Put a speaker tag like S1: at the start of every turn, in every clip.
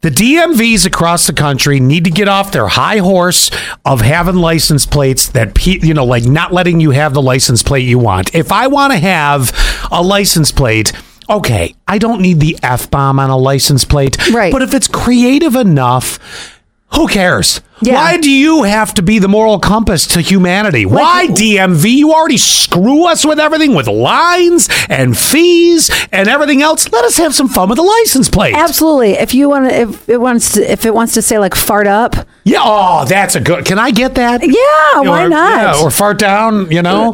S1: The DMVs across the country need to get off their high horse of having license plates that, pe- you know, like not letting you have the license plate you want. If I want to have a license plate, okay, I don't need the F bomb on a license plate.
S2: Right.
S1: But if it's creative enough, who cares?
S2: Yeah.
S1: Why do you have to be the moral compass to humanity? Why DMV? You already screw us with everything with lines and fees and everything else. Let us have some fun with the license plate.
S2: Absolutely. If you want to, if it wants to, if it wants to say like fart up,
S1: Yeah, oh, that's a good. Can I get that?
S2: yeah, why
S1: or,
S2: not?
S1: yeah, or fart down, you know?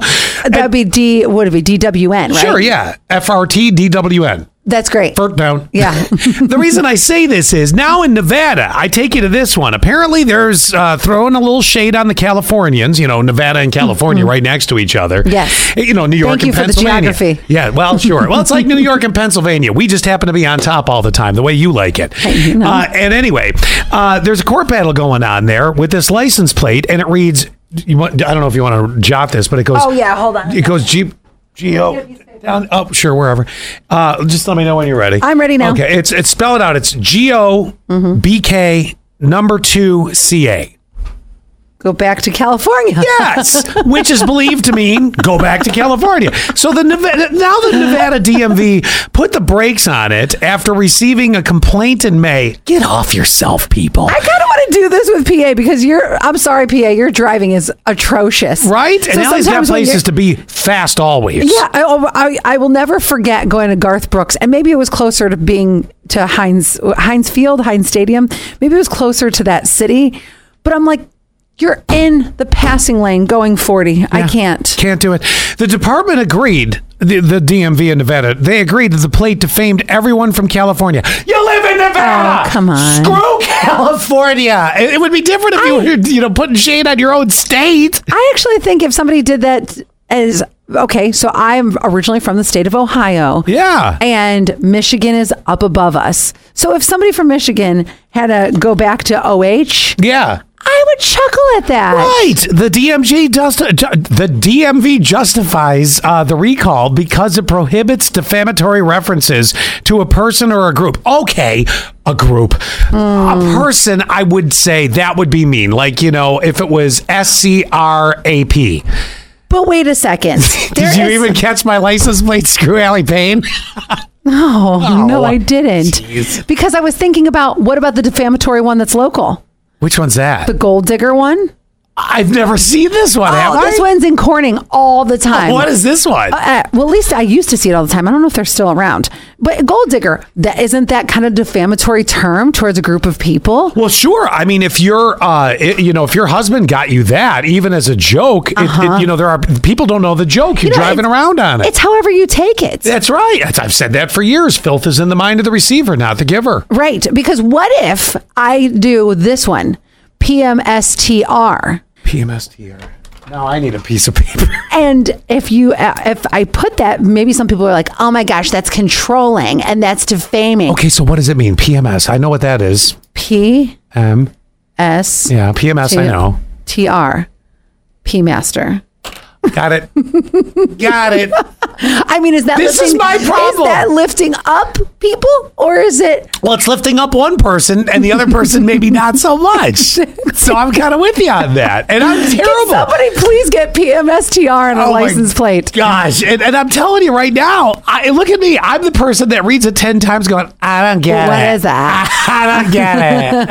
S2: That'd be D. What would it be? DWN, right?
S1: Sure, yeah. FRT DWN.
S2: That's great.
S1: Fart down.
S2: yeah.
S1: the reason I say this is now in Nevada, I take you to this one. Apparently, there's uh, throwing a little shade on the Californians. You know, Nevada and California right next to each other.
S2: Mm-hmm. Yes.
S1: You know, New York
S2: Thank
S1: and
S2: you for the
S1: Pennsylvania.
S2: geography.
S1: Yeah. Well, sure. Well, it's like New York and Pennsylvania. We just happen to be on top all the time, the way you like it.
S2: you know.
S1: uh, and anyway, uh, there's a court battle going on there with this license plate, and it reads. You want, I don't know if you want to jot this, but it goes.
S2: Oh, yeah, hold on.
S1: It goes Jeep. Geo down up sure wherever. Uh, just let me know when you're ready.
S2: I'm ready now.
S1: Okay, it's it's spelled out. It's G O B K number two C A.
S2: Go back to California.
S1: Yes, which is believed to mean go back to California. So the Nevada, now the Nevada DMV put the brakes on it after receiving a complaint in May. Get off yourself, people.
S2: I kind of want to do this with PA because you're. I'm sorry, PA. Your driving is atrocious.
S1: Right?
S2: So
S1: and now he's got
S2: sometimes when you're-
S1: places to be fast always.
S2: Yeah, I, oh, I, I will never forget going to Garth Brooks, and maybe it was closer to being to Heinz Heinz Field, Heinz Stadium. Maybe it was closer to that city, but I'm like, you're in the passing lane going 40. I can't.
S1: Can't do it. The department agreed, the, the DMV in Nevada, they agreed that the plate defamed everyone from California. You live in Nevada!
S2: Oh, come on.
S1: Screw California! It, it would be different if you were, you know, putting shade on your own state.
S2: I actually think if somebody did that as okay, so I'm originally from the state of Ohio.
S1: Yeah.
S2: And Michigan is up above us. So if somebody from Michigan had to go back to OH,
S1: yeah.
S2: I would chuckle at that.
S1: Right. The DMG just the DMV justifies uh, the recall because it prohibits defamatory references to a person or a group. Okay, a group.
S2: Hmm.
S1: A person I would say that would be mean. Like, you know, if it was S C R A P.
S2: But wait a second.
S1: Did
S2: There
S1: you
S2: is-
S1: even catch my license plate screw Allie Payne?
S2: No,
S1: Oh,
S2: no, I didn't.
S1: jeez.
S2: Because I was thinking about what about the defamatory one that's local?
S1: Which one's that?
S2: The gold digger one?
S1: I've never seen this one. have
S2: Oh, this
S1: I?
S2: one's in Corning all the time.
S1: What is this one?
S2: Uh, well, at least I used to see it all the time. I don't know if they're still around. But gold digger, that isn't that kind of defamatory term towards a group of people?
S1: Well, sure. I mean, if your, uh, i you know, if your husband got you that, even as a joke, it, it, you know, there are people don't know the joke. You're
S2: Uh-huh. You know,
S1: driving
S2: it's-
S1: around on it.
S2: It's however you take it.
S1: That's right. That's- I've said that for years. Filth is in the mind of the receiver, not the giver.
S2: Right. Because what if I do this one? PMSTR.
S1: PMSTR. No, I need a piece of paper.
S2: And if you uh, if I put that, maybe some people are like, "Oh my gosh, that's controlling and that's defaming."
S1: Okay, so what does it mean? PMS. I know what that is.
S2: P
S1: Um,
S2: S
S1: yeah, PMS. I know.
S2: T R P master.
S1: Got it. got it.
S2: I mean, is that
S1: This
S2: lifting,
S1: is my problem.
S2: Is that lifting up people or is it
S1: Well, it's lifting up one person and the other person maybe not so much. So I'm kind of with you on that, and I'm
S2: Can
S1: terrible.
S2: somebody please get PMSTR on a
S1: Oh my
S2: license plate?
S1: Gosh, and, and I'm telling you right now, I, look at me. I'm the person that reads it ten times, going, "I don't get
S2: What
S1: it.
S2: is that?"
S1: I don't get it."